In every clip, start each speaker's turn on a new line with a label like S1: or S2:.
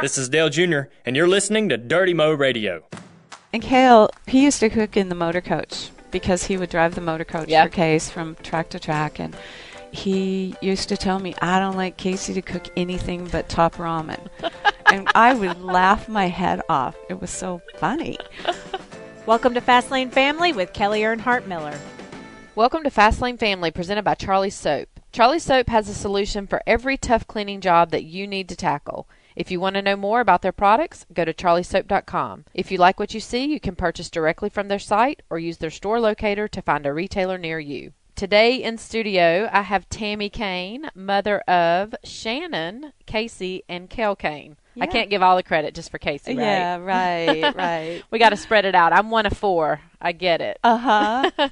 S1: This is Dale Jr., and you're listening to Dirty Mo Radio.
S2: And Cale, he used to cook in the motor coach because he would drive the motor coach
S3: Yeah.
S2: for Case from track to track. And he used to tell me, I don't like Casey to cook anything but top ramen. and I would laugh my head off. It was so funny.
S3: Welcome to Fastlane Family with Kelly Earnhardt Miller.
S4: Welcome to Fastlane Family, presented by Charlie Soap. Charlie Soap has a solution for every tough cleaning job that you need to tackle. If you want to know more about their products, go to charliesoap.com. If you like what you see, you can purchase directly from their site or use their store locator to find a retailer near you. Today in studio, I have Tammy Kane, mother of Shannon, Casey, and Kel Kane.
S2: Yeah.
S4: I can't give all the credit just for Casey, right?
S2: Yeah, right, right.
S4: We got to spread it out. I'm one of four. I get it.
S2: Uh huh.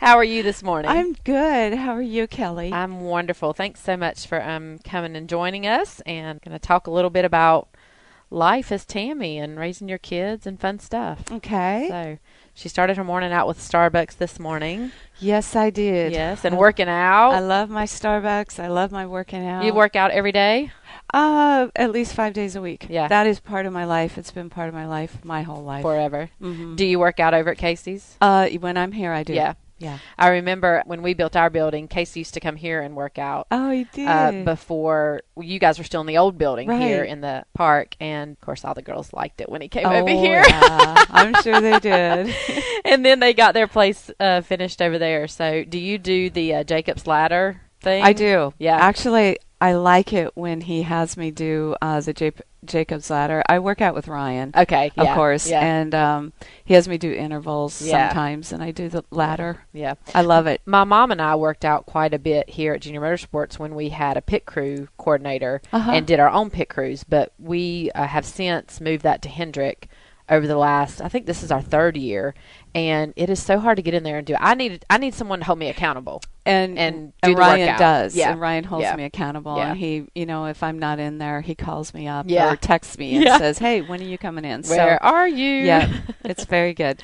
S4: How are you this morning?
S2: I'm good. How are you, Kelly?
S4: I'm wonderful. Thanks so much for um, coming and joining us. And going to talk a little bit about life as Tammy and raising your kids and fun stuff.
S2: okay.
S4: So she started her morning out with Starbucks this morning.
S2: yes, I did.
S4: Yes, and working out.
S2: I love my Starbucks. I love my working out.
S4: Oh. you work out every day.
S2: Uh, at least five days a week.
S4: Yeah.
S2: That is part of my life. It's been part of my life my whole life.
S4: forever. Do you work out over at Casey's?
S2: Uh, when I'm here, I do.
S4: Mm-hmm. Yeah.
S2: Yeah.
S4: I remember when we built our building, Casey used to come here and work out.
S2: Oh, you did.
S4: uh, before well, you guys were still in the old building here
S2: Right.
S4: in the park, and of course all the girls liked it when he came
S2: oh,
S4: over here.
S2: yeah. I'm sure they did.
S4: and then they got their place uh, finished over there. So, do you do the uh, Jacob's Ladder thing?
S2: I do.
S4: Yeah.
S2: Actually, I like it when he has me do uh, the Jap Jacob's Ladder. I work out with Ryan.
S4: Okay.
S2: Of
S4: Uh, yeah,
S2: course,
S4: Yeah.
S2: and um, he has me do intervals
S4: Yeah.
S2: sometimes, and I do the ladder.
S4: yeah.
S2: I love it.
S4: My mom and I worked out quite a bit here at Junior Motorsports when we had a pit crew coordinator
S2: Uh-huh.
S4: and did our own pit crews. But we uh, have since moved that to Hendrick over the last. I think this is our third year, and it is so hard to get in there and do. It. I need I need someone to hold me accountable.
S2: and
S4: and do
S2: and
S4: the
S2: Ryan
S4: workout.
S2: does.
S4: Yeah.
S2: And Ryan holds
S4: Yeah.
S2: me accountable.
S4: Yeah.
S2: And he, you know, if I'm not in there, he calls me up
S4: Yeah.
S2: or texts me and
S4: Yeah.
S2: says, "Hey, when are you coming in?"
S4: Where
S2: so
S4: are you?
S2: yeah, it's very good.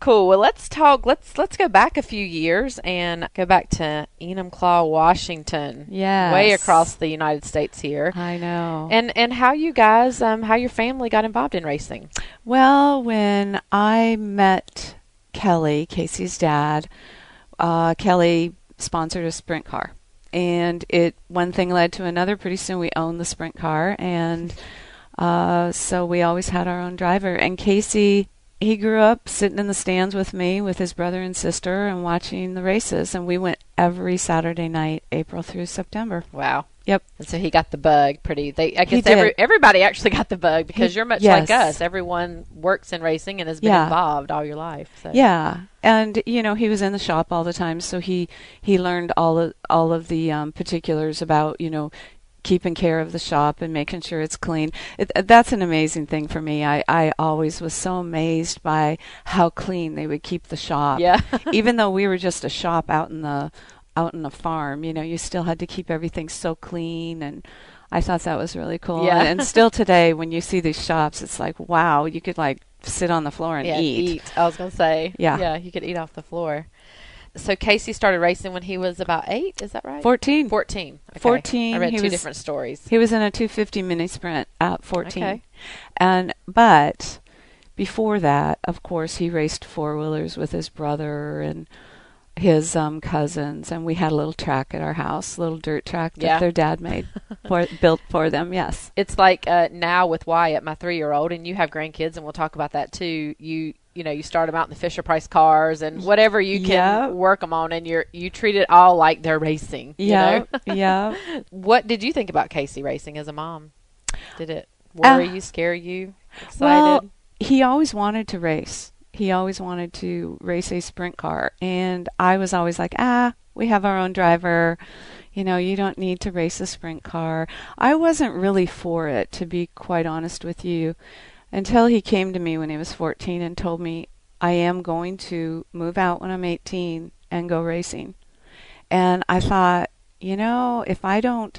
S4: Cool. Well, let's talk. Let's let's go back a few years and go back to Enumclaw, Washington.
S2: Yes. Uh-huh.
S4: way across the United States here.
S2: I know.
S4: And and how you guys, um, how your family got involved in racing?
S2: Well, when I met Kelly, Casey's dad, uh, Kelly sponsored a sprint car. And it one thing led to another. Pretty soon we owned the sprint car. And uh, so we always had our own driver. And Casey, he grew up sitting in the stands with me, with his brother and sister, and watching the races. And we went every Saturday night, April through September.
S4: Wow.
S2: Yep.
S4: And so he got the bug. Pretty. They. I
S2: He
S4: guess every,
S2: did.
S4: everybody actually got the bug because you're much like
S2: yes.
S4: us. Everyone works in racing and has been
S2: Yeah.
S4: involved all your life. So.
S2: Yeah, and you know he was in the shop all the time, so he he learned all of, all of the um, particulars about you know keeping care of the shop and making sure it's clean. It, uh, that's an amazing thing for me. I I always was so amazed by how clean they would keep the shop.
S4: Yeah.
S2: even though we were just a shop out in the out in the farm, you know, you still had to keep everything so clean and. I thought that was really cool.
S4: Yeah.
S2: And, and still today, when you see these shops, it's like, wow, you could like sit on the floor and
S4: Yeah,
S2: eat.
S4: I was gonna say.
S2: Yeah.
S4: Yeah. You could eat off the floor. So Casey started racing when he was about eight. Is that right?
S2: 14.
S4: 14. Okay.
S2: 14,
S4: I read
S2: he
S4: two
S2: was-
S4: different stories.
S2: He was in a 250 mini sprint at 14.
S4: Okay.
S2: And but before that, of course, he raced four wheelers with his brother and his um, cousins, and we had a little track at our house, a little dirt track that
S4: Yeah.
S2: their dad made, for, built for them. Yes.
S4: It's like uh, now with Wyatt, my three-year-old, and you have grandkids, and we'll talk about that too. You you know you start them out in the Fisher Price cars and whatever you can
S2: Yep.
S4: work them on, and you are you treat it all like they're racing. you know?
S2: Yeah. Yeah.
S4: What did you think about Casey racing as a mom? Did it worry
S2: Uh,
S4: you, scare you, excited?
S2: Well, he always wanted to race. He always wanted to race a sprint car, and I was always like, "Ah, we have our own driver. You know, you don't need to race a sprint car." I wasn't really for it, to be quite honest with you, until he came to me when he was 14 and told me, "I am going to move out when I'm 18 and go racing." and I thought, you know, if I don't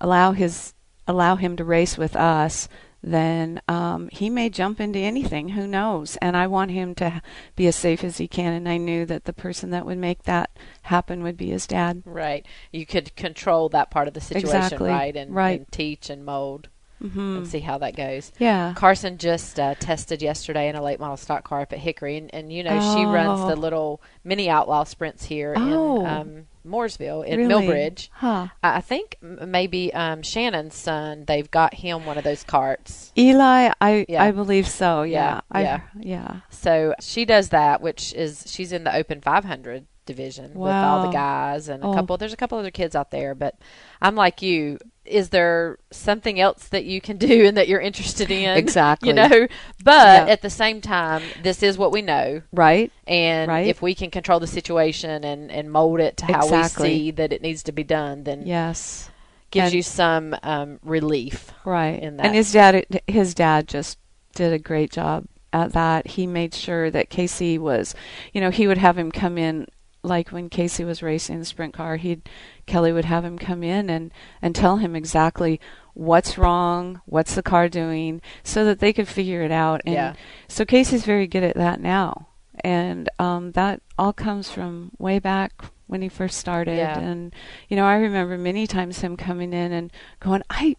S2: allow his allow him to race with us, then um, he may jump into anything. Who knows? And I want him to h- be as safe as he can. And I knew that the person that would make that happen would be his dad.
S4: right, you could control that part of the situation,
S2: Exactly,
S4: right, and,
S2: right. Mm-hmm.
S4: and teach and mold. and see how that goes.
S2: Yeah.
S4: Carson just uh, tested yesterday in a late model stock car up at Hickory, and, and you know she runs
S2: Oh.
S4: the little mini outlaw sprints here
S2: Oh.
S4: in um, Mooresville in
S2: Really?
S4: Millbridge.
S2: Huh.
S4: I I think m- maybe um, Shannon's son. They've got him one of those carts.
S2: Eli, I
S4: Yeah.
S2: I believe so. Yeah.
S4: Yeah,
S2: I,
S4: yeah.
S2: yeah.
S4: So she does that, which is she's in the Open 500 division with all
S2: Wow.
S4: the guys and a
S2: Oh.
S4: couple. There's a couple other kids out there, but I'm like you. Is there something else that you can do and that you're interested in?
S2: Exactly.
S4: You know, but
S2: Yeah.
S4: at the same time, this is what we know.
S2: Right.
S4: And
S2: Right.
S4: if we can control the situation and, and mold it to how
S2: Exactly.
S4: we see that it needs to be done, then
S2: Yes.
S4: gives
S2: And-
S4: you some um, relief.
S2: Right.
S4: in
S2: And
S4: that.
S2: his dad his dad just did a great job at that. He made sure that Casey was, you know, he would have him come in like when Casey was racing the sprint car, he'd Kelly would have him come in and and tell him exactly what's wrong, what's the car doing so that they could figure it out. And
S4: Yeah.
S2: so Casey's very good at that now. And um that all comes from way back when he first started
S4: Yeah.
S2: and you know, I remember many times him coming in and going, "I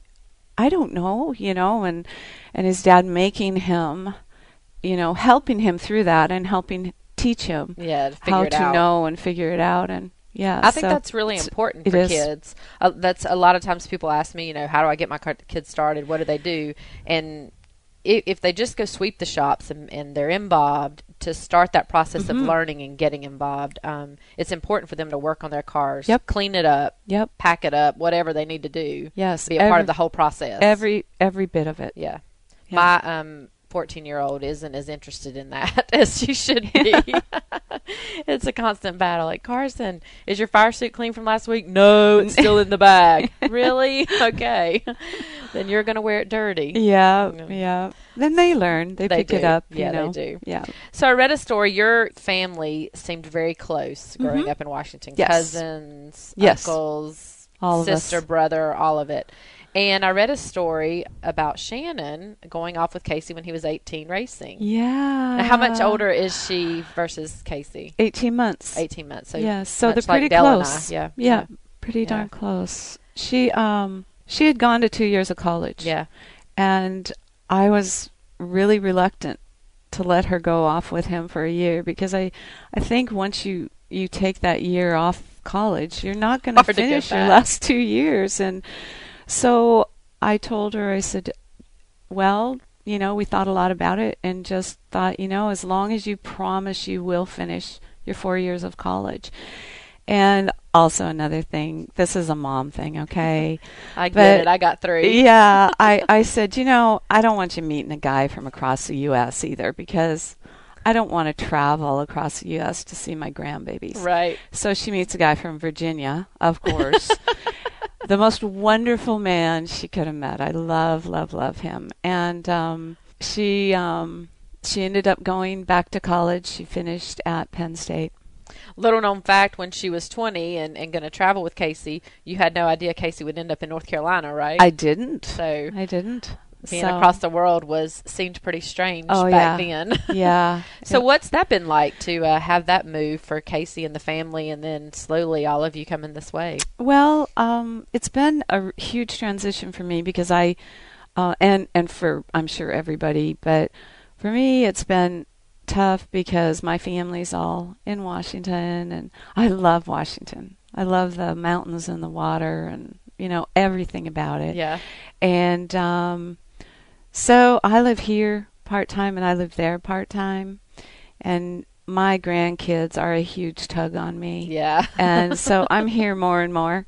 S2: I don't know, you know, and and his dad making him, you know, helping him through that and helping teach him
S4: Yeah, to figure
S2: how
S4: it
S2: to
S4: out.
S2: know and figure it out and yeah.
S4: I think
S2: so-
S4: that's really
S2: it's-
S4: important
S2: it
S4: for
S2: is.
S4: kids. Uh, that's a lot of times people ask me, you know, how do I get my car- kids started? What do they do? And if, if they just go sweep the shops and, and they're involved to start that process
S2: Mm-hmm.
S4: of learning and getting involved, um, it's important for them to work on their cars,
S2: Yep.
S4: clean it up,
S2: Yep.
S4: pack it up, whatever they need to do.
S2: Yes,
S4: be a part
S2: every-
S4: of the whole process.
S2: Every every bit of it.
S4: yeah.
S2: Yeah.
S4: My um, 14 year old isn't as interested in that as she should be. it's a constant battle. Like, Carson, is your fire suit clean from last week? No, it's still in the bag. really? Okay. then you're going to wear it dirty.
S2: Yeah,
S4: Yeah.
S2: yeah. Then they learn. They,
S4: They
S2: pick it
S4: do.
S2: up.
S4: Yeah,
S2: you
S4: they
S2: know.
S4: do.
S2: Yeah.
S4: So I read a story. Your family seemed very close growing up in Washington.
S2: Mm-hmm. Yes.
S4: Cousins,
S2: Yes.
S4: uncles,
S2: All of us.
S4: sister, brother, all of it. And I read a story about Shannon going off with Casey when he was 18 racing.
S2: Yeah.
S4: Now, how much older is she versus Casey?
S2: 18 months.
S4: 18 months. So
S2: yeah, so they're
S4: much like
S2: pretty
S4: Dell and I,
S2: close.
S4: Yeah.
S2: yeah, pretty
S4: Yeah.
S2: darn close. She um she had gone to two years of college.
S4: Yeah.
S2: and I was really reluctant to let her go off with him for a year because I I think once you you take that year off college, you're not going
S4: Hard to get
S2: finish your
S4: back.
S2: last two years. And so I told her, I said, well, you know, we thought a lot about it and just thought, you know, as long as you promise you will finish your four years of college. And also another thing, this is a mom thing, okay?
S4: I get
S2: But-
S4: it. I got through.
S2: Yeah, I, I said, you know, I don't want you meeting a guy from across the U.S. either because I don't want to travel across the U.S. to see my grandbabies.
S4: Right.
S2: So she meets a guy from Virginia, of course. the most wonderful man she could have met. I love, love, love him. And um, she um, she ended up going back to college. She finished at Penn State.
S4: Little known fact when she was 20 and, and going to travel with Casey, you had no idea Casey would end up in North Carolina, right?
S2: I didn't.
S4: So-
S2: I didn't.
S4: Being
S2: So-
S4: across the world was seemed pretty strange
S2: Oh,
S4: back
S2: yeah.
S4: then.
S2: yeah.
S4: So what's that been like to uh, have that move for Casey and the family, and then slowly all of you coming this way?
S2: Well, um, it's been a r- huge transition for me because I, uh, and and for I'm sure everybody, but for me it's been tough because my family's all in Washington, and I love Washington. I love the mountains and the water, and you know everything about it.
S4: Yeah.
S2: And um, so I live here part time, and I live there part time, and my grandkids are a huge tug on me
S4: Yeah.
S2: and so I'm here more and more.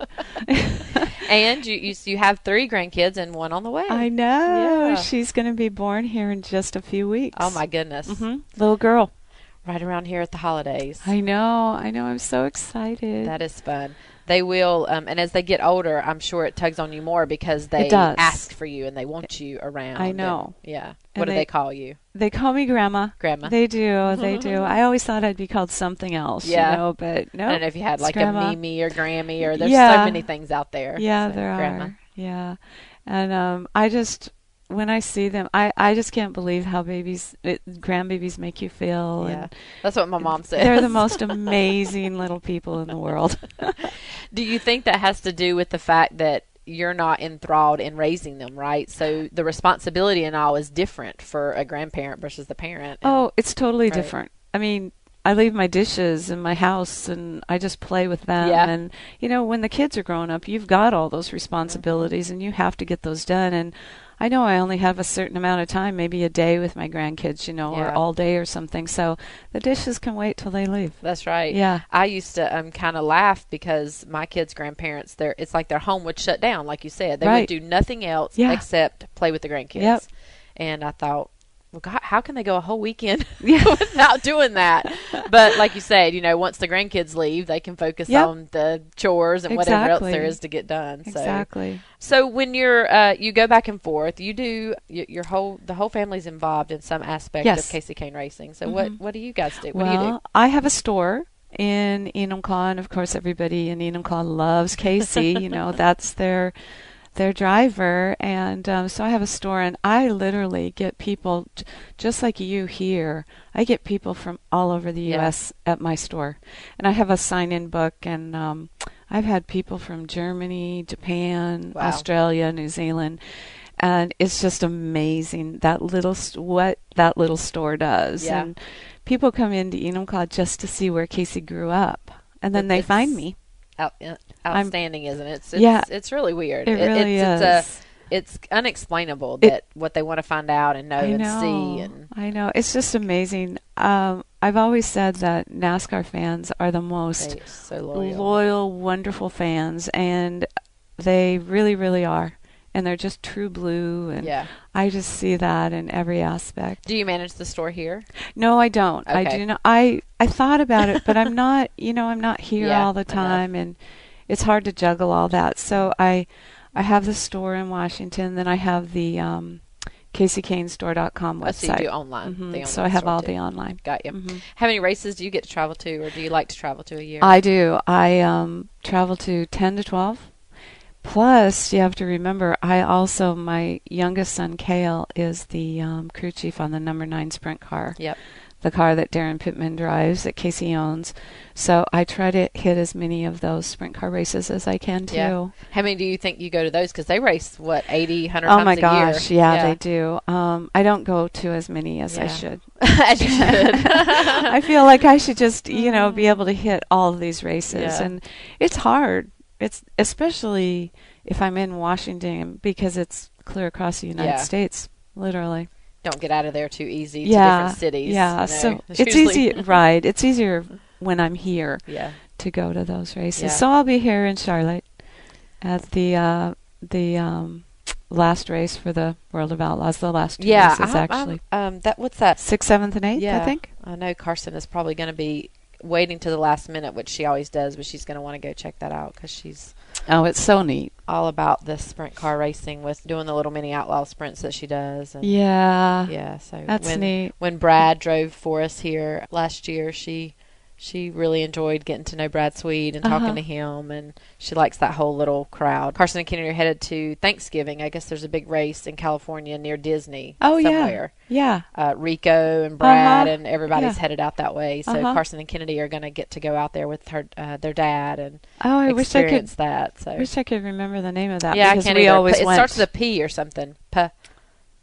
S4: and you, you you have three grandkids and one on the way.
S2: I know
S4: Yeah.
S2: she's going to be born here in just a few weeks.
S4: Oh my goodness.
S2: Mhm. little girl.
S4: Right around here at the holidays.
S2: I know. I know. I'm so excited.
S4: That is fun. They will, um, and as they get older, I'm sure it tugs on you more because they
S2: does.
S4: ask for you and they want you around.
S2: I
S4: and-
S2: know.
S4: yeah.
S2: And
S4: what do
S2: they-
S4: they call you?
S2: they call me grandma.
S4: Grandma.
S2: They do. They do. I always thought I'd be called something else.
S4: Yeah.
S2: You know, but no.
S4: I don't know if you had
S2: it's
S4: like
S2: grandma.
S4: a Mimi or Grammy or there's
S2: Yeah.
S4: so many things out there.
S2: Yeah,
S4: So,
S2: there
S4: Grandma.
S2: are. Yeah, and um, I just when I see them, I I just can't believe how babies, it, grandbabies, make you feel.
S4: Yeah.
S2: and
S4: That's what my mom says.
S2: They're the most amazing little people in the world.
S4: do you think that has to do with the fact that you're not enthralled in raising them, right? So the responsibility and all is different for a grandparent versus the parent. And-
S2: Oh, it's totally
S4: Right.
S2: different. I mean, I leave my dishes in my house and I just play with them.
S4: Yeah.
S2: And, you know, when the kids are grown up, you've got all those responsibilities and you have to get those done. And I know I only have a certain amount of time, maybe a day with my grandkids, you know, or
S4: Yeah.
S2: all day or something. So the dishes can wait till they leave.
S4: That's right.
S2: Yeah.
S4: I used to um, kind of laugh because my kids' grandparents, their it's like their home would shut down, like you said. They
S2: Right.
S4: would do nothing else
S2: Yeah.
S4: except play with the grandkids.
S2: Yep.
S4: And I thought, well, God, how can they go a whole weekend
S2: Yeah.
S4: without doing that? But like you said, you know, once the grandkids leave, they can focus
S2: Yep.
S4: on the chores and whatever else there
S2: Exactly.
S4: is to get done. So,
S2: Exactly.
S4: so when you're uh, you go back and forth, you do y- your whole the whole family's involved in some aspect
S2: Yes. Mm-hmm.
S4: of Casey Kane Racing. So what what do you guys do? What
S2: well,
S4: do you do?
S2: I have a store in Enumclaw, and of course, everybody in Enumclaw loves Casey. you know, that's their their driver, and um, so I have a store, and I literally get people j- just like you here. I get people from all over the
S4: Yeah.
S2: U.S. at my store, and I have a sign-in book, and um, I've had people from Germany, Japan,
S4: Wow.
S2: Australia, New Zealand. And it's just amazing that little st- what that little store does,
S4: Yeah.
S2: and people come into Enumclaw just to see where Casey grew up, and then
S4: It-
S2: they
S4: it's-
S2: find me.
S4: out, uh,
S2: I'm-
S4: outstanding, isn't it? It's, it's,
S2: Yeah.
S4: it's really weird.
S2: It really
S4: it's, uh,
S2: is.
S4: It's, a, it's unexplainable
S2: It-
S4: that what they want to find out and know
S2: I
S4: and
S2: know.
S4: see and
S2: I know. It's just amazing. Um, I've always said that NASCAR fans are the most
S4: they so
S2: loyal.
S4: loyal.
S2: wonderful fans, and they really, really are. And they're just true blue, and
S4: Yeah.
S2: I just see that in every aspect.
S4: Do you manage the store here?
S2: No, I don't. I
S4: Okay.
S2: do not. I I thought about it, but I'm not. You know, I'm not here
S4: Yeah,
S2: all the
S4: enough.
S2: time, and it's hard to juggle all that. So I I have the store in Washington, then I have the um, CaseyCaneStore.com
S4: I see Oh, you
S2: website.
S4: do online.
S2: Mhm.
S4: the
S2: So I
S4: online
S2: have
S4: store
S2: all
S4: too.
S2: the online.
S4: Got you.
S2: Mhm.
S4: How many races do you get to travel to, or do you like to travel to a year?
S2: I do. I um, travel to 10 to 12. Plus, you have to remember, I also, my youngest son, Kale, is the um, crew chief on the number nine sprint car.
S4: Yep.
S2: The car that Darren Pittman drives, that Casey owns. So I try to hit as many of those sprint car races as I can, too.
S4: Yeah. How many do you think you go to those? Because they race what 80, 100
S2: Oh
S4: times
S2: my
S4: a
S2: gosh,
S4: year.
S2: yeah, they do. Um, I don't go to as many as I
S4: Yeah.
S2: should.
S4: As you should.
S2: I feel like I should just, you know, be able to hit all of these races,
S4: Mm-hmm. Yeah.
S2: and it's hard. It's especially if I'm in Washington because it's clear across the United
S4: Yeah.
S2: States, literally.
S4: Don't get out of there too easy.
S2: yeah,
S4: to different cities.
S2: Yeah,
S4: you know.
S2: so it's
S4: usually-
S2: easy, right? It's easier when I'm here
S4: Yeah.
S2: to go to those races.
S4: Yeah.
S2: So I'll be here in Charlotte at the uh, the um, last race for the World of Outlaws. The last two
S4: Yeah.
S2: races,
S4: I'm-
S2: actually,
S4: I'm, um, that what's that?
S2: sixth, seventh, and eighth.
S4: yeah,
S2: I think.
S4: I know Carson is probably going to be waiting to the last minute, which she always does, but she's going to want to go check that out because she's
S2: Oh, it's so neat.
S4: all about the sprint car racing with doing the little mini outlaw sprints that she does. And
S2: Yeah.
S4: yeah, so
S2: That's
S4: when,
S2: neat.
S4: When Brad drove for us here last year, she she really enjoyed getting to know Brad Swede and talking
S2: Uh-huh.
S4: to him, and she likes that whole little crowd. Carson and Kennedy are headed to Thanksgiving. I guess there's a big race in California near Disney.
S2: Oh
S4: somewhere.
S2: yeah,
S4: uh, Rico and Brad
S2: Uh-huh.
S4: and everybody's
S2: Yeah.
S4: headed out that way. So
S2: Uh-huh.
S4: Carson and Kennedy are going to get to go out there with her, uh, their dad, and
S2: yeah. Oh, I wish I could.
S4: experience that. So
S2: I wish I could remember the name of that.
S4: yeah, I
S2: because
S4: can't
S2: we
S4: either.
S2: always
S4: P- it
S2: went.
S4: starts with a P or something. P,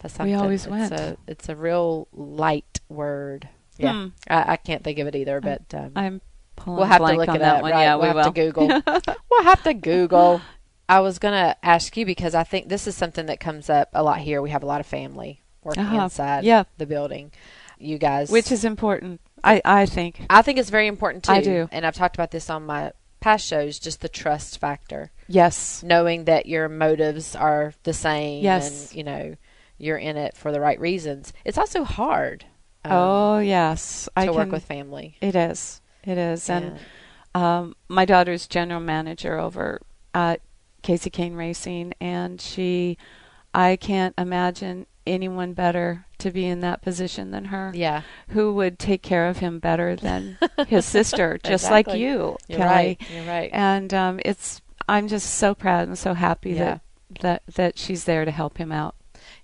S4: P something.
S2: always
S4: it's
S2: went.
S4: A, it's a real light word. Yeah,
S2: Hmm.
S4: I, I can't think of it either, but um,
S2: I'm pulling
S4: we'll have to
S2: blank
S4: look
S2: on
S4: it
S2: that
S4: up.
S2: one.
S4: Right?
S2: Yeah,
S4: we'll
S2: we
S4: have to Google. we'll have to Google. I was gonna ask you because I think this is something that comes up a lot here. We have a lot of family working
S2: Uh-huh.
S4: inside
S2: Yeah.
S4: the building. You guys,
S2: Which is important, I I think.
S4: I think it's very important too.
S2: I do.
S4: and I've talked about this on my past shows. Just the trust factor
S2: Yes.
S4: knowing that your motives are the same
S2: Yes.
S4: and you know you're in it for the right reasons it's also hard um,
S2: oh yes,
S4: to
S2: I
S4: work
S2: can.
S4: with family
S2: it is. It is, and
S4: Yeah.
S2: um, my daughter's general manager over at Casey Kane Racing, and she, I can't imagine anyone better to be in that position than her.
S4: yeah
S2: Who would take care of him better than his sister, just like
S4: Exactly.
S2: you,
S4: you're
S2: Kelly.
S4: right you're right
S2: and um, it's I'm just so proud and so happy
S4: Yeah.
S2: that that that she's there to help him out.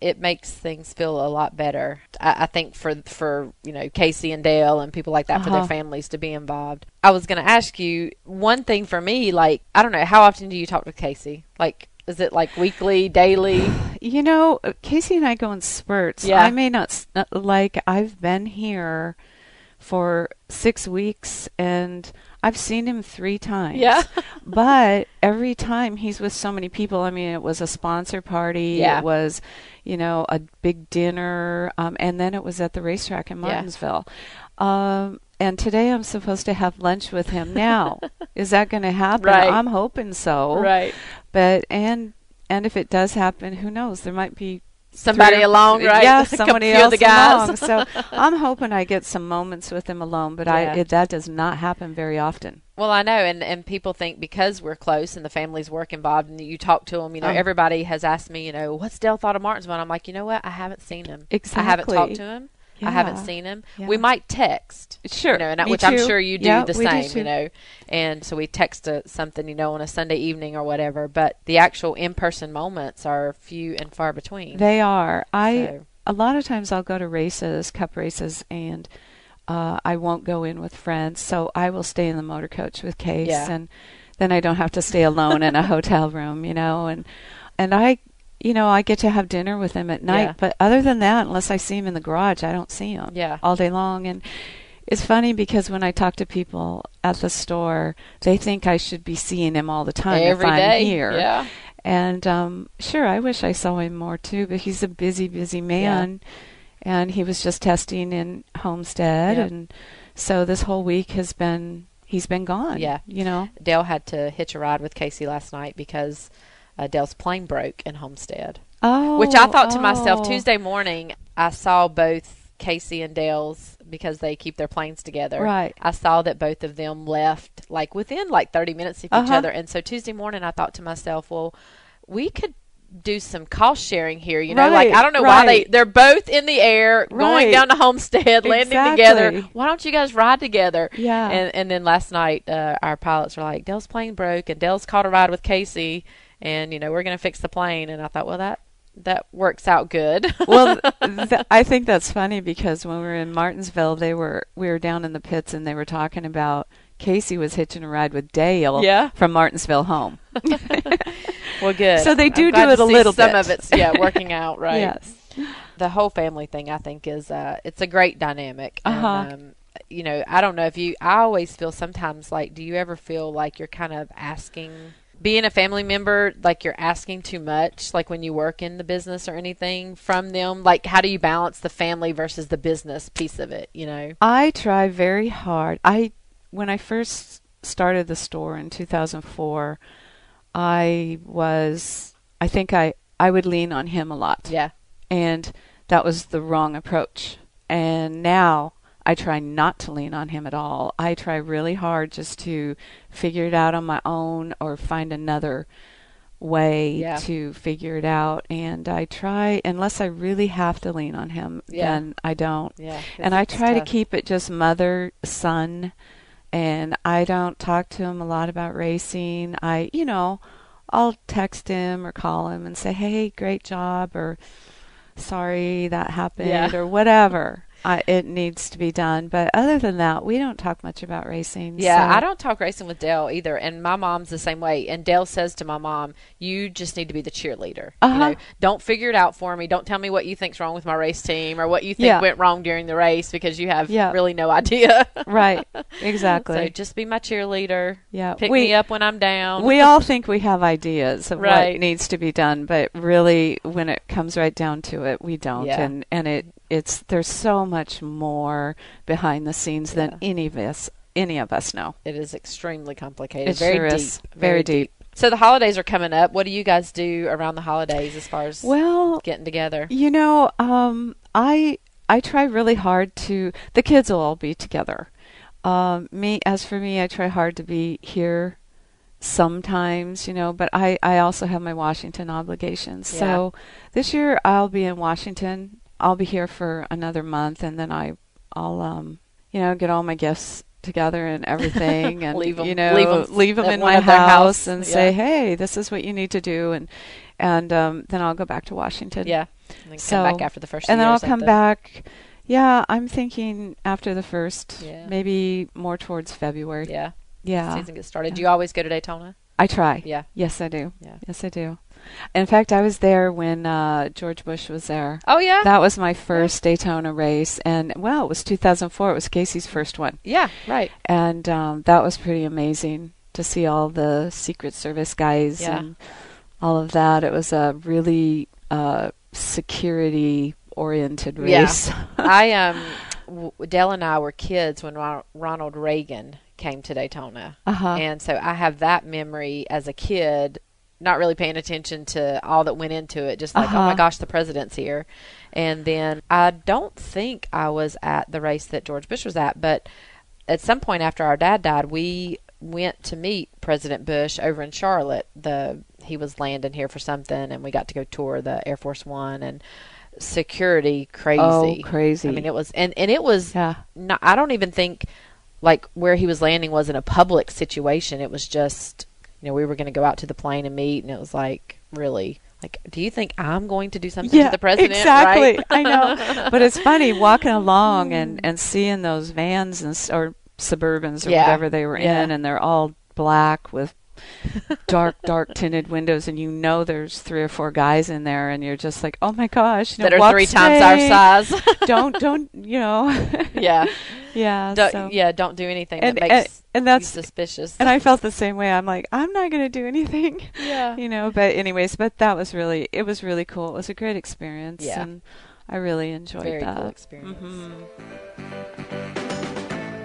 S4: it makes things feel a lot better. I, I think for for you know Casey and Dale and people like that for their
S2: Uh-huh.
S4: families to be involved. I was going to ask you one thing for me. Like I don't know how often do you talk with Casey? Like is it like weekly, daily?
S2: You know, Casey and I go in spurts.
S4: Yeah.
S2: I may not, s- uh, like, I've been here for six weeks and I've seen him three times.
S4: Yeah.
S2: but every time he's with so many people, I mean, it was a sponsor party,
S4: Yeah.
S2: it was, you know, a big dinner, um, and then it was at the racetrack in
S4: Yeah.
S2: Martinsville. Um, and today I'm supposed to have lunch with him now. Is that going to happen?
S4: Right.
S2: I'm hoping so but and and if it does happen, who knows? There might be
S4: Somebody
S2: three or-
S4: along, right?
S2: Yeah,
S4: A couple
S2: somebody
S4: few of
S2: else
S4: the guys.
S2: along. So I'm hoping I get some moments with him alone, but I
S4: Yeah.
S2: it, that does not happen very often.
S4: Well, I know, and, and people think because we're close and the family's work involved, and you talk to them, you know,
S2: Oh.
S4: everybody has asked me, you know, what's Dale thought of Martinsville? And I'm like, you know what? I haven't seen him. I haven't talked
S2: Exactly.
S4: to him. I haven't
S2: Yeah.
S4: seen him. We
S2: Yeah.
S4: might text,
S2: Sure,
S4: you know, and I-
S2: me
S4: which I'm
S2: too.
S4: sure you do
S2: Yeah,
S4: the
S2: we do
S4: same, you
S2: too.
S4: know. And so we text uh something, you know, on a Sunday evening or whatever. But the actual in-person moments are few and far between.
S2: They are. I
S4: So-
S2: a lot of times I'll go to races, cup races, and uh, I won't go in with friends, so I will stay in the motor coach with Case,
S4: Yeah.
S2: and then I don't have to stay alone in a hotel room, you know, and and I. You know, I get to have dinner with him at night,
S4: Yeah.
S2: but other than that, unless I see him in the garage, I don't see him
S4: Yeah.
S2: all day long. And it's funny because when I talk to people at the store, they think I should be seeing him all the time
S4: Every
S2: if I'm
S4: day,
S2: here.
S4: yeah.
S2: And um, sure, I wish I saw him more too, but he's a busy, busy man. And he was just testing in Homestead,
S4: Yep.
S2: and so this whole week has been he's been gone.
S4: Yeah.
S2: you know.
S4: Dale had to hitch a ride with Casey last night because uh, Dale's plane broke in Homestead.
S2: Oh,
S4: which I thought to myself
S2: oh.
S4: Tuesday morning. I saw both Casey and Dale's because they keep their planes together.
S2: Right.
S4: I saw that both of them left like within like 30 minutes of each
S2: Uh-huh.
S4: other, and so Tuesday morning I thought to myself, well, we could do some cost sharing here. You know, like
S2: Right,
S4: I don't know why they
S2: right.
S4: they're both in the air going
S2: Right.
S4: down to Homestead, landing together.
S2: Exactly.
S4: Why don't you guys ride together?
S2: Yeah.
S4: And and then last night uh, our pilots were like, Dale's plane broke, and Dale's caught a ride with Casey, and you know we're gonna fix the plane. And I thought, well that that works out good.
S2: well, th- th- I think that's funny because when we were in Martinsville, they were we were down in the pits and they were talking about Casey was hitching a ride with Dale
S4: Yeah.
S2: from Martinsville home.
S4: well, good.
S2: So they
S4: I'm
S2: do
S4: glad
S2: do
S4: to
S2: it a
S4: see
S2: little
S4: some
S2: bit.
S4: of it's yeah working out right.
S2: Yes.
S4: the whole family thing i think is uh it's a great dynamic And,
S2: Uh-huh.
S4: um, you know i don't know if you i always feel sometimes like do you ever feel like you're kind of asking being a family member like you're asking too much like when you work in the business or anything from them like how do you balance the family versus the business piece of it you know
S2: I try very hard. I when I first started the store in 2004, I was I think I I would lean on him a lot.
S4: yeah
S2: And that was the wrong approach. And now I try not to lean on him at all. I try really hard just to figure it out on my own or find another way
S4: Yeah.
S2: to figure it out and I try unless I really have to lean on him
S4: Yeah.
S2: then I don't
S4: yeah
S2: and I
S4: It's
S2: try to
S4: tough.
S2: keep it just mother son, and I don't talk to him a lot about racing. I, you know, I'll text him or call him and say, "Hey, great job," or "Sorry that happened,"
S4: Yeah.
S2: or whatever. I, it needs to be done, but other than that, we don't talk much about racing.
S4: Yeah,
S2: so-
S4: I don't talk racing with Dale either, and my mom's the same way. And Dale says to my mom, "You just need to be the cheerleader. You
S2: Uh-huh.
S4: know, don't figure it out for me. Don't tell me what you think's wrong with my race team or what you think
S2: Yeah.
S4: went wrong during the race because you have
S2: Yeah.
S4: really no idea.
S2: Right,
S4: so
S2: exactly.
S4: just be my cheerleader.
S2: Yeah,
S4: pick
S2: we-
S4: me up when I'm down.
S2: we all think we have ideas of
S4: Right.
S2: what needs to be done, but really, when it comes right down to it, we don't.
S4: Yeah.
S2: And and it it's there's so much more behind the scenes
S4: Yeah.
S2: than any of us any of us know.
S4: it is extremely complicated.
S2: It
S4: very
S2: sure
S4: deep.
S2: is. Very deep.
S4: So the holidays are coming up. What do you guys do around the holidays as far as
S2: Well,
S4: getting together?
S2: you know, um, I I try really hard to. The kids will all be together. Um, me, as for me, I try hard to be here sometimes, you know. But I I also have my Washington obligations. So this year I'll be in Washington. I'll be here for another month, and then I I'll um you know get all my gifts together and everything and
S4: Leave 'em-
S2: you know
S4: leave 'em
S2: leave 'em
S4: at
S2: in
S4: one
S2: my
S4: of their
S2: house,
S4: house,
S2: and
S4: yeah.
S2: say hey this is what you need to do and and um, then I'll go back to Washington
S4: Yeah. And then
S2: So-
S4: come back after the first
S2: and then
S4: year or
S2: I'll come
S4: something.
S2: back. Yeah, I'm thinking after the first,
S4: Yeah.
S2: maybe more towards February.
S4: Yeah.
S2: Yeah,
S4: Season gets started. Do you always go to Daytona?
S2: I try.
S4: Yeah.
S2: Yes, I do.
S4: Yeah.
S2: Yes, I do. In fact, I was there when uh, George Bush was there.
S4: Oh yeah.
S2: That was my first Daytona race, and well, it was 2004. It was Casey's first one,
S4: yeah. Right.
S2: and um, that was pretty amazing to see all the Secret Service guys
S4: Yeah.
S2: and all of that. It was a really uh, security-oriented
S4: Yeah.
S2: race.
S4: I um, w- Dell and I were kids when Ron- Ronald Reagan came to Daytona,
S2: Uh-huh.
S4: and so I have that memory as a kid, not really paying attention to all that went into it, just like oh my
S2: Uh-huh.
S4: gosh, the president's here, and then I don't think I was at the race that George Bush was at, but at some point after our dad died, we went to meet President Bush over in Charlotte. The he was landing here for something, and we got to go tour the Air Force One and security crazy
S2: Oh, crazy.
S4: i mean it was and and it was
S2: Yeah.
S4: not, i don't even think like where he was landing was in a public situation it was just you know we were going to go out to the plane and meet and it was like really like do you think i'm going to do something to the president
S2: Exactly.
S4: right
S2: I know. But it's funny walking along and, and seeing those vans and s- or suburbans or
S4: Yeah.
S2: whatever they were
S4: Yeah.
S2: in, and they're all black with dark, dark tinted windows, and you know there's three or four guys in there, and you're just like, oh my gosh, you know,
S4: that are
S2: walk
S4: three times our
S2: straight.
S4: size
S2: don't don't you know?
S4: yeah
S2: yeah.
S4: don't,
S2: so-
S4: yeah don't do anything
S2: And-
S4: that
S2: and-
S4: makes
S2: and that's-
S4: you suspicious
S2: And I felt the same way. I'm like, I'm not going to do anything.
S4: yeah
S2: you know but anyways but that was really it was really cool it was a great experience
S4: Yeah.
S2: and i really enjoyed
S4: very
S2: that
S4: cool experience Mm-hmm.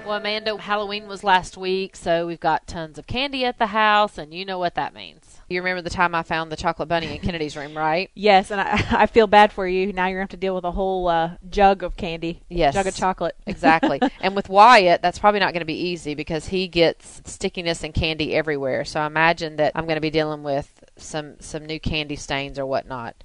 S4: Well, Amanda, Halloween was last week, so we've got tons of candy at the house, and you know what that means. You remember the time I found the chocolate bunny in Kennedy's room, right?
S3: Yes, and I, I feel bad for you. Now you're going to have to deal with a whole uh, jug of candy.
S4: Yes.
S3: Jug of chocolate.
S4: Exactly. and with Wyatt, that's probably not going to be easy because he gets stickiness and candy everywhere. So I imagine that I'm going to be dealing with some some new candy stains or whatnot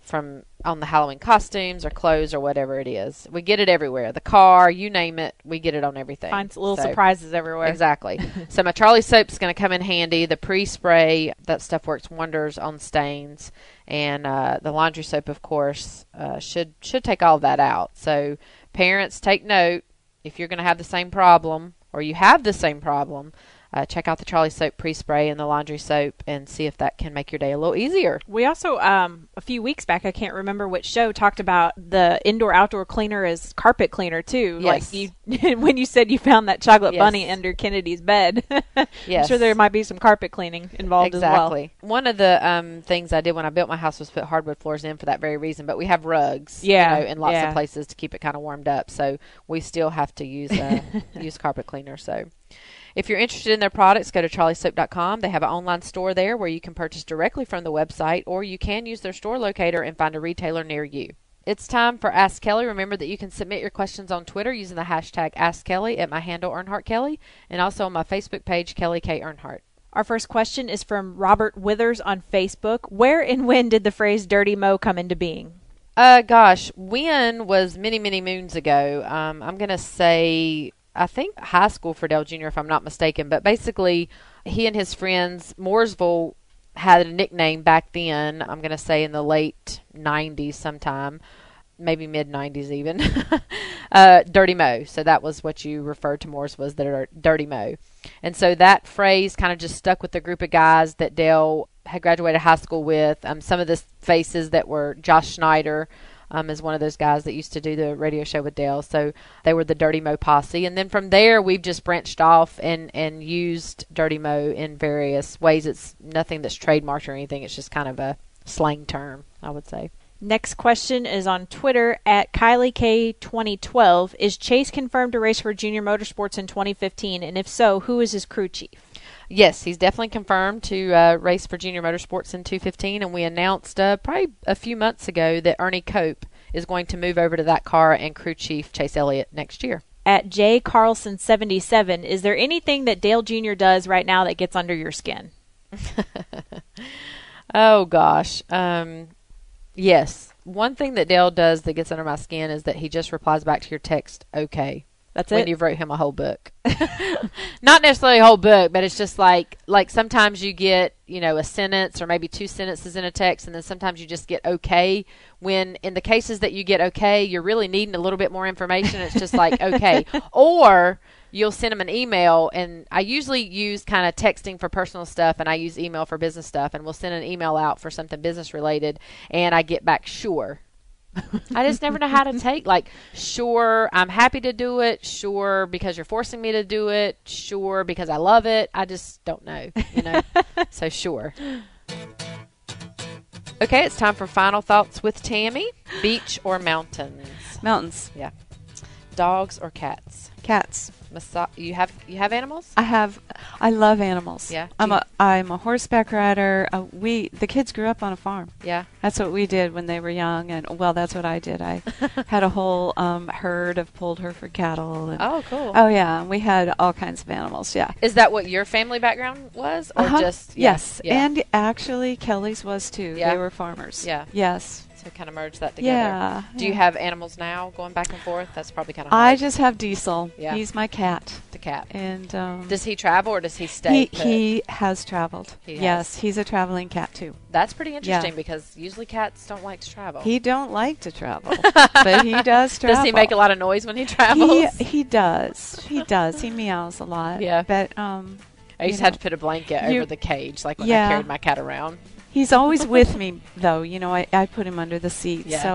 S4: from on the Halloween costumes or clothes or whatever it is. We get it everywhere. The car, you name it, we get it on everything.
S3: Find little
S4: So-
S3: surprises everywhere.
S4: Exactly. so my Charlie soap's going to come in handy. The pre-spray that stuff works wonders on stains, and uh, the laundry soap, of course, uh, should should take all that out. So parents, take note if you're going to have the same problem or you have the same problem. Uh, check out the Charlie soap pre-spray and the laundry soap, and see if that can make your day a little easier.
S3: We also, um, a few weeks back, I can't remember which show, talked about the indoor outdoor cleaner as carpet cleaner too.
S4: Yes.
S3: Like you, when you said you found that chocolate
S4: Yes.
S3: bunny under Kennedy's bed. I'm
S4: Yes.
S3: sure there might be some carpet cleaning involved as well.
S4: Exactly. One of the um, things I did when I built my house was put hardwood floors in for that very reason. But we have rugs, you
S3: Yeah,
S4: know, in lots
S3: yeah.
S4: of places to keep it kind of warmed up. So we still have to use uh, use carpet cleaner. So. If you're interested in their products, go to charliesoap.com. They have an online store there where you can purchase directly from the website, or you can use their store locator and find a retailer near you. It's time for Ask Kelly. Remember that you can submit your questions on Twitter using the hashtag Ask Kelly at my handle Earnhardt Kelly, and also on my Facebook page, Kelly K. Earnhardt.
S3: Our first question is from Robert Withers on Facebook. Where and when did the phrase "dirty mo" come into being?
S4: Uh, gosh, when was many, many moons ago? Um, I'm gonna say I think high school for Dell Jr. if I'm not mistaken. But basically, he and his friends Mooresville had a nickname back then. I'm gonna say in the late '90s, sometime, maybe mid '90s even. uh, Dirty Mo. So that was what you referred to Moore's was the dir- Dirty Mo, and so that phrase kind of just stuck with the group of guys that Dell had graduated high school with. Um, some of the faces that were Josh Schneider um, is one of those guys that used to do the radio show with Dale. So they were the Dirty Mo posse, and then from there we've just branched off and and used Dirty Mo in various ways. It's nothing that's trademarked or anything. It's just kind of a slang term, I would say.
S3: Next question is on Twitter at Kylie K2012. Is Chase confirmed to race for Junior Motorsports in 2015? And if so, who is his crew chief?
S4: Yes, he's definitely confirmed to uh, race for Junior Motorsports in 215, and we announced uh, probably a few months ago that Ernie Cope is going to move over to that car and crew chief Chase Elliott next year.
S3: At J Carlson 77, is there anything that Dale Jr. does right now that gets under your skin?
S4: Oh gosh. Um yes. One thing that Dale does that gets under my skin is that he just replies back to your text okay.
S3: That's
S4: when
S3: it.
S4: you wrote him a whole book. Not necessarily a whole book, but it's just like like sometimes you get, you know, a sentence or maybe two sentences in a text and then sometimes you just get okay when in the cases that you get okay, you're really needing a little bit more information. It's just like okay. Or you'll send them an email and I usually use kind of texting for personal stuff and I use email for business stuff and we'll send an email out for something business related and I get back sure. I just never know how to take like sure I'm happy to do it, sure because you're forcing me to do it, sure because I love it. I just don't know, you know. so sure. Okay, it's time for final thoughts with Tammy. Beach or mountains?
S2: Mountains,
S4: Yeah. Dogs or cats?
S2: cats.
S4: Massa- you have you have animals?
S2: I have, I love animals.
S4: Yeah.
S2: I'm
S4: Do you-
S2: a I'm a horseback rider. Uh, we the kids grew up on a farm.
S4: Yeah.
S2: That's what we did when they were young, and well, that's what I did. I had a whole um, herd of Pold Hereford cattle. And,
S4: Oh, cool.
S2: Oh yeah, and we had all kinds of animals. Yeah.
S4: Is that what your family background was, or
S2: Uh-huh.
S4: just yeah,
S2: yes,
S4: yeah.
S2: and actually Kelly's was too.
S4: Yeah.
S2: They were farmers.
S4: Yeah.
S2: Yes.
S4: so kind of merge that together?
S2: Yeah,
S4: Do you
S2: yeah.
S4: have animals now going back and forth? That's probably kind of
S2: I just have Diesel.
S4: Yeah.
S2: He's my cat,
S4: the cat.
S2: and um,
S4: Does he travel or does he
S2: he
S4: stay? put?
S2: he has traveled.
S4: He has.
S2: yes, he's a traveling cat too.
S4: That's pretty interesting because usually cats don't like to travel.
S2: He don't like to travel, but he does travel.
S4: Oh. does he make a lot of noise when he travels?
S2: He he does. He does. He meows a lot.
S4: Yeah.
S2: But um,
S4: I used to
S2: you
S4: have
S2: know.
S4: to put a blanket
S2: You-
S4: over the cage, like when I
S2: Yeah.
S4: carried my cat around.
S2: he's always with me though. You know, I, I put him under the seat,
S4: Yeah.
S2: so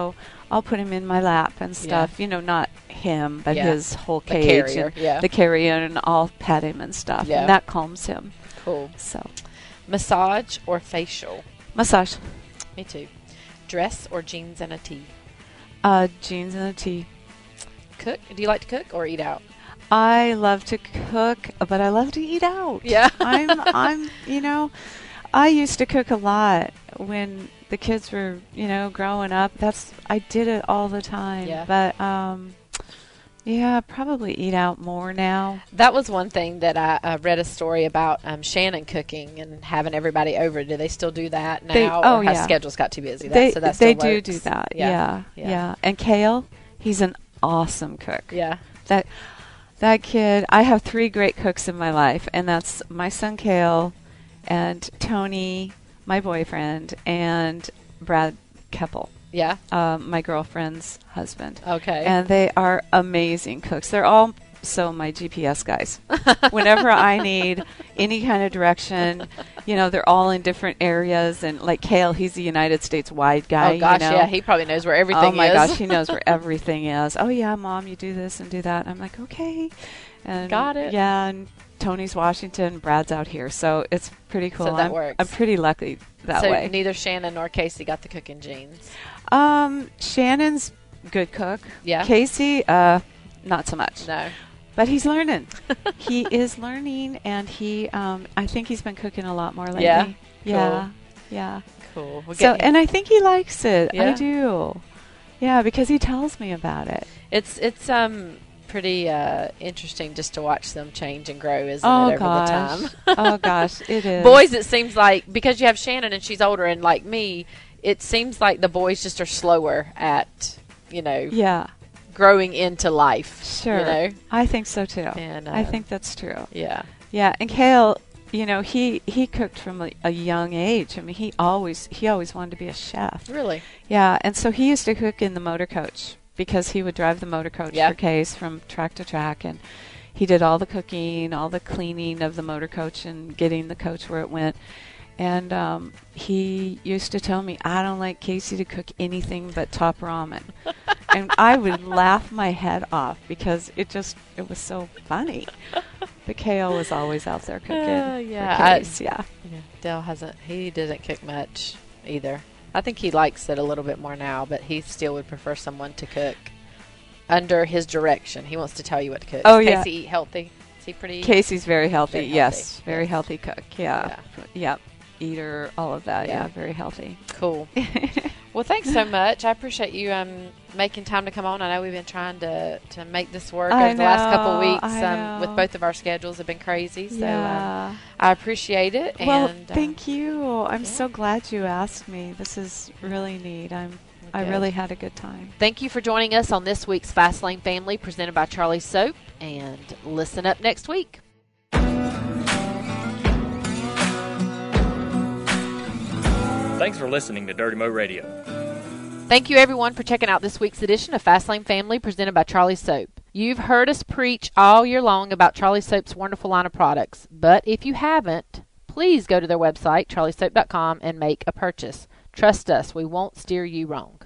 S2: I'll put him in my lap and stuff. You know, not him, but
S4: Yeah.
S2: his whole
S4: The
S2: cage
S4: carrier,
S2: and
S4: yeah.
S2: the carrier, and I'll pet him and stuff,
S4: Yeah.
S2: and that calms him.
S4: Cool.
S2: So
S4: Massage or facial?
S2: massage,
S4: Me too. Dress or jeans and a tee?
S2: uh, jeans and a tee.
S4: Cook? Do you like to cook or eat out?
S2: I love to cook, but I love to eat out.
S4: Yeah.
S2: I'm I'm you know, I used to cook a lot when the kids were, you know, growing up. That's I did it all the time.
S4: Yeah.
S2: But um yeah, probably eat out more now.
S4: That was one thing that I uh, read a story about um, Shannon cooking and having everybody over. Do they still do that now?
S2: They-
S4: or
S2: oh,
S4: has
S2: yeah.
S4: schedules got too busy? That,
S2: they
S4: so that
S2: they
S4: still
S2: do
S4: works.
S2: do that.
S4: Yeah.
S2: Yeah.
S4: Yeah.
S2: Yeah. And Kale, he's an awesome cook.
S4: Yeah.
S2: That that kid, I have three great cooks in my life, and that's my son Kale, and Tony, my boyfriend, and Brad Keppel,
S4: Yeah.
S2: um, my girlfriend's husband.
S4: Okay.
S2: And they are amazing cooks. They're all so my GPS guys. Whenever I need any kind of direction, you know, they're all in different areas. And like Kale, he's the United States wide guy.
S4: oh gosh,
S2: you know?
S4: yeah, he probably knows where everything
S2: oh my
S4: is.
S2: gosh, he knows where everything is. Oh yeah, mom, you do this and do that. I'm like, okay, and
S4: Got it.
S2: Yeah, and Tony's Washington, Brad's out here, so it's pretty cool.
S4: that
S2: I'm,
S4: works.
S2: I'm pretty lucky that
S4: so
S2: way.
S4: neither Shannon nor Casey got the cooking genes.
S2: um, Shannon's good cook.
S4: Yeah.
S2: Casey, uh, not so much.
S4: No.
S2: But he's learning. he is learning, and he, um, I think he's been cooking a lot more lately.
S4: Yeah?
S2: Yeah.
S4: Cool.
S2: Yeah.
S4: Cool. We'll
S2: so,
S4: get you-
S2: and I think he likes it.
S4: Yeah?
S2: I do. Yeah, because he tells me about it.
S4: it's it's um pretty uh interesting just to watch them change and grow, isn't it? Over the time.
S2: oh gosh, it is.
S4: boys, it seems like because you have Shannon and she's older, and like me, it seems like the boys just are slower at you know
S2: yeah,
S4: growing into life.
S2: sure.
S4: You know.
S2: I think so too.
S4: And,
S2: I
S4: uh,
S2: think that's true.
S4: Yeah.
S2: Yeah, and Kale, you know, he he cooked from a, a young age. I mean, he always he always wanted to be a chef.
S4: Really.
S2: Yeah, and so he used to cook in the motor coach because he would drive the motor coach
S4: Yeah.
S2: for Case from track to track and he did all the cooking, all the cleaning of the motor coach and getting the coach where it went. And um, he used to tell me, I don't like Casey to cook anything but top ramen. and I would laugh my head off because it just, it was so funny. But Kale was always out there cooking.
S4: Oh,
S2: for
S4: yeah, I-
S2: Case, yeah.
S4: Yeah, Dale hasn't. He doesn't cook much either. I think he likes it a little bit more now, but he still would prefer someone to cook under his direction. He wants to tell you what to cook.
S2: Oh,
S4: Does
S2: yeah.
S4: Casey eat healthy? Is he pretty?
S2: Casey's very healthy.
S4: Very healthy,
S2: Yes, very healthy cook. Yeah. yeah, Eater, all of that.
S4: Yeah.
S2: Yeah, very healthy.
S4: Cool. Well, thanks so much. I appreciate you um, making time to come on. I know we've been trying to, to make this work
S2: I
S4: over the last couple of
S2: know,
S4: weeks.
S2: I
S4: um, with
S2: know.
S4: both of our schedules have been crazy, so um,
S2: yeah.
S4: I appreciate it.
S2: uh, well,
S4: and, um,
S2: thank you. I'm
S4: yeah.
S2: so glad you asked me. This is really neat. I'm. I
S4: Good.
S2: really had a good time.
S4: Thank you for joining us on this week's Fast Lane Family presented by Charlie Soap. And listen up next week.
S1: Thanks for listening to Dirty Mo Radio.
S4: Thank you, everyone, for checking out this week's edition of Fast Lane Family presented by Charlie Soap. You've heard us preach all year long about Charlie Soap's wonderful line of products, but if you haven't, please go to their website, charliesoap.com, and make a purchase. Trust us, we won't steer you wrong.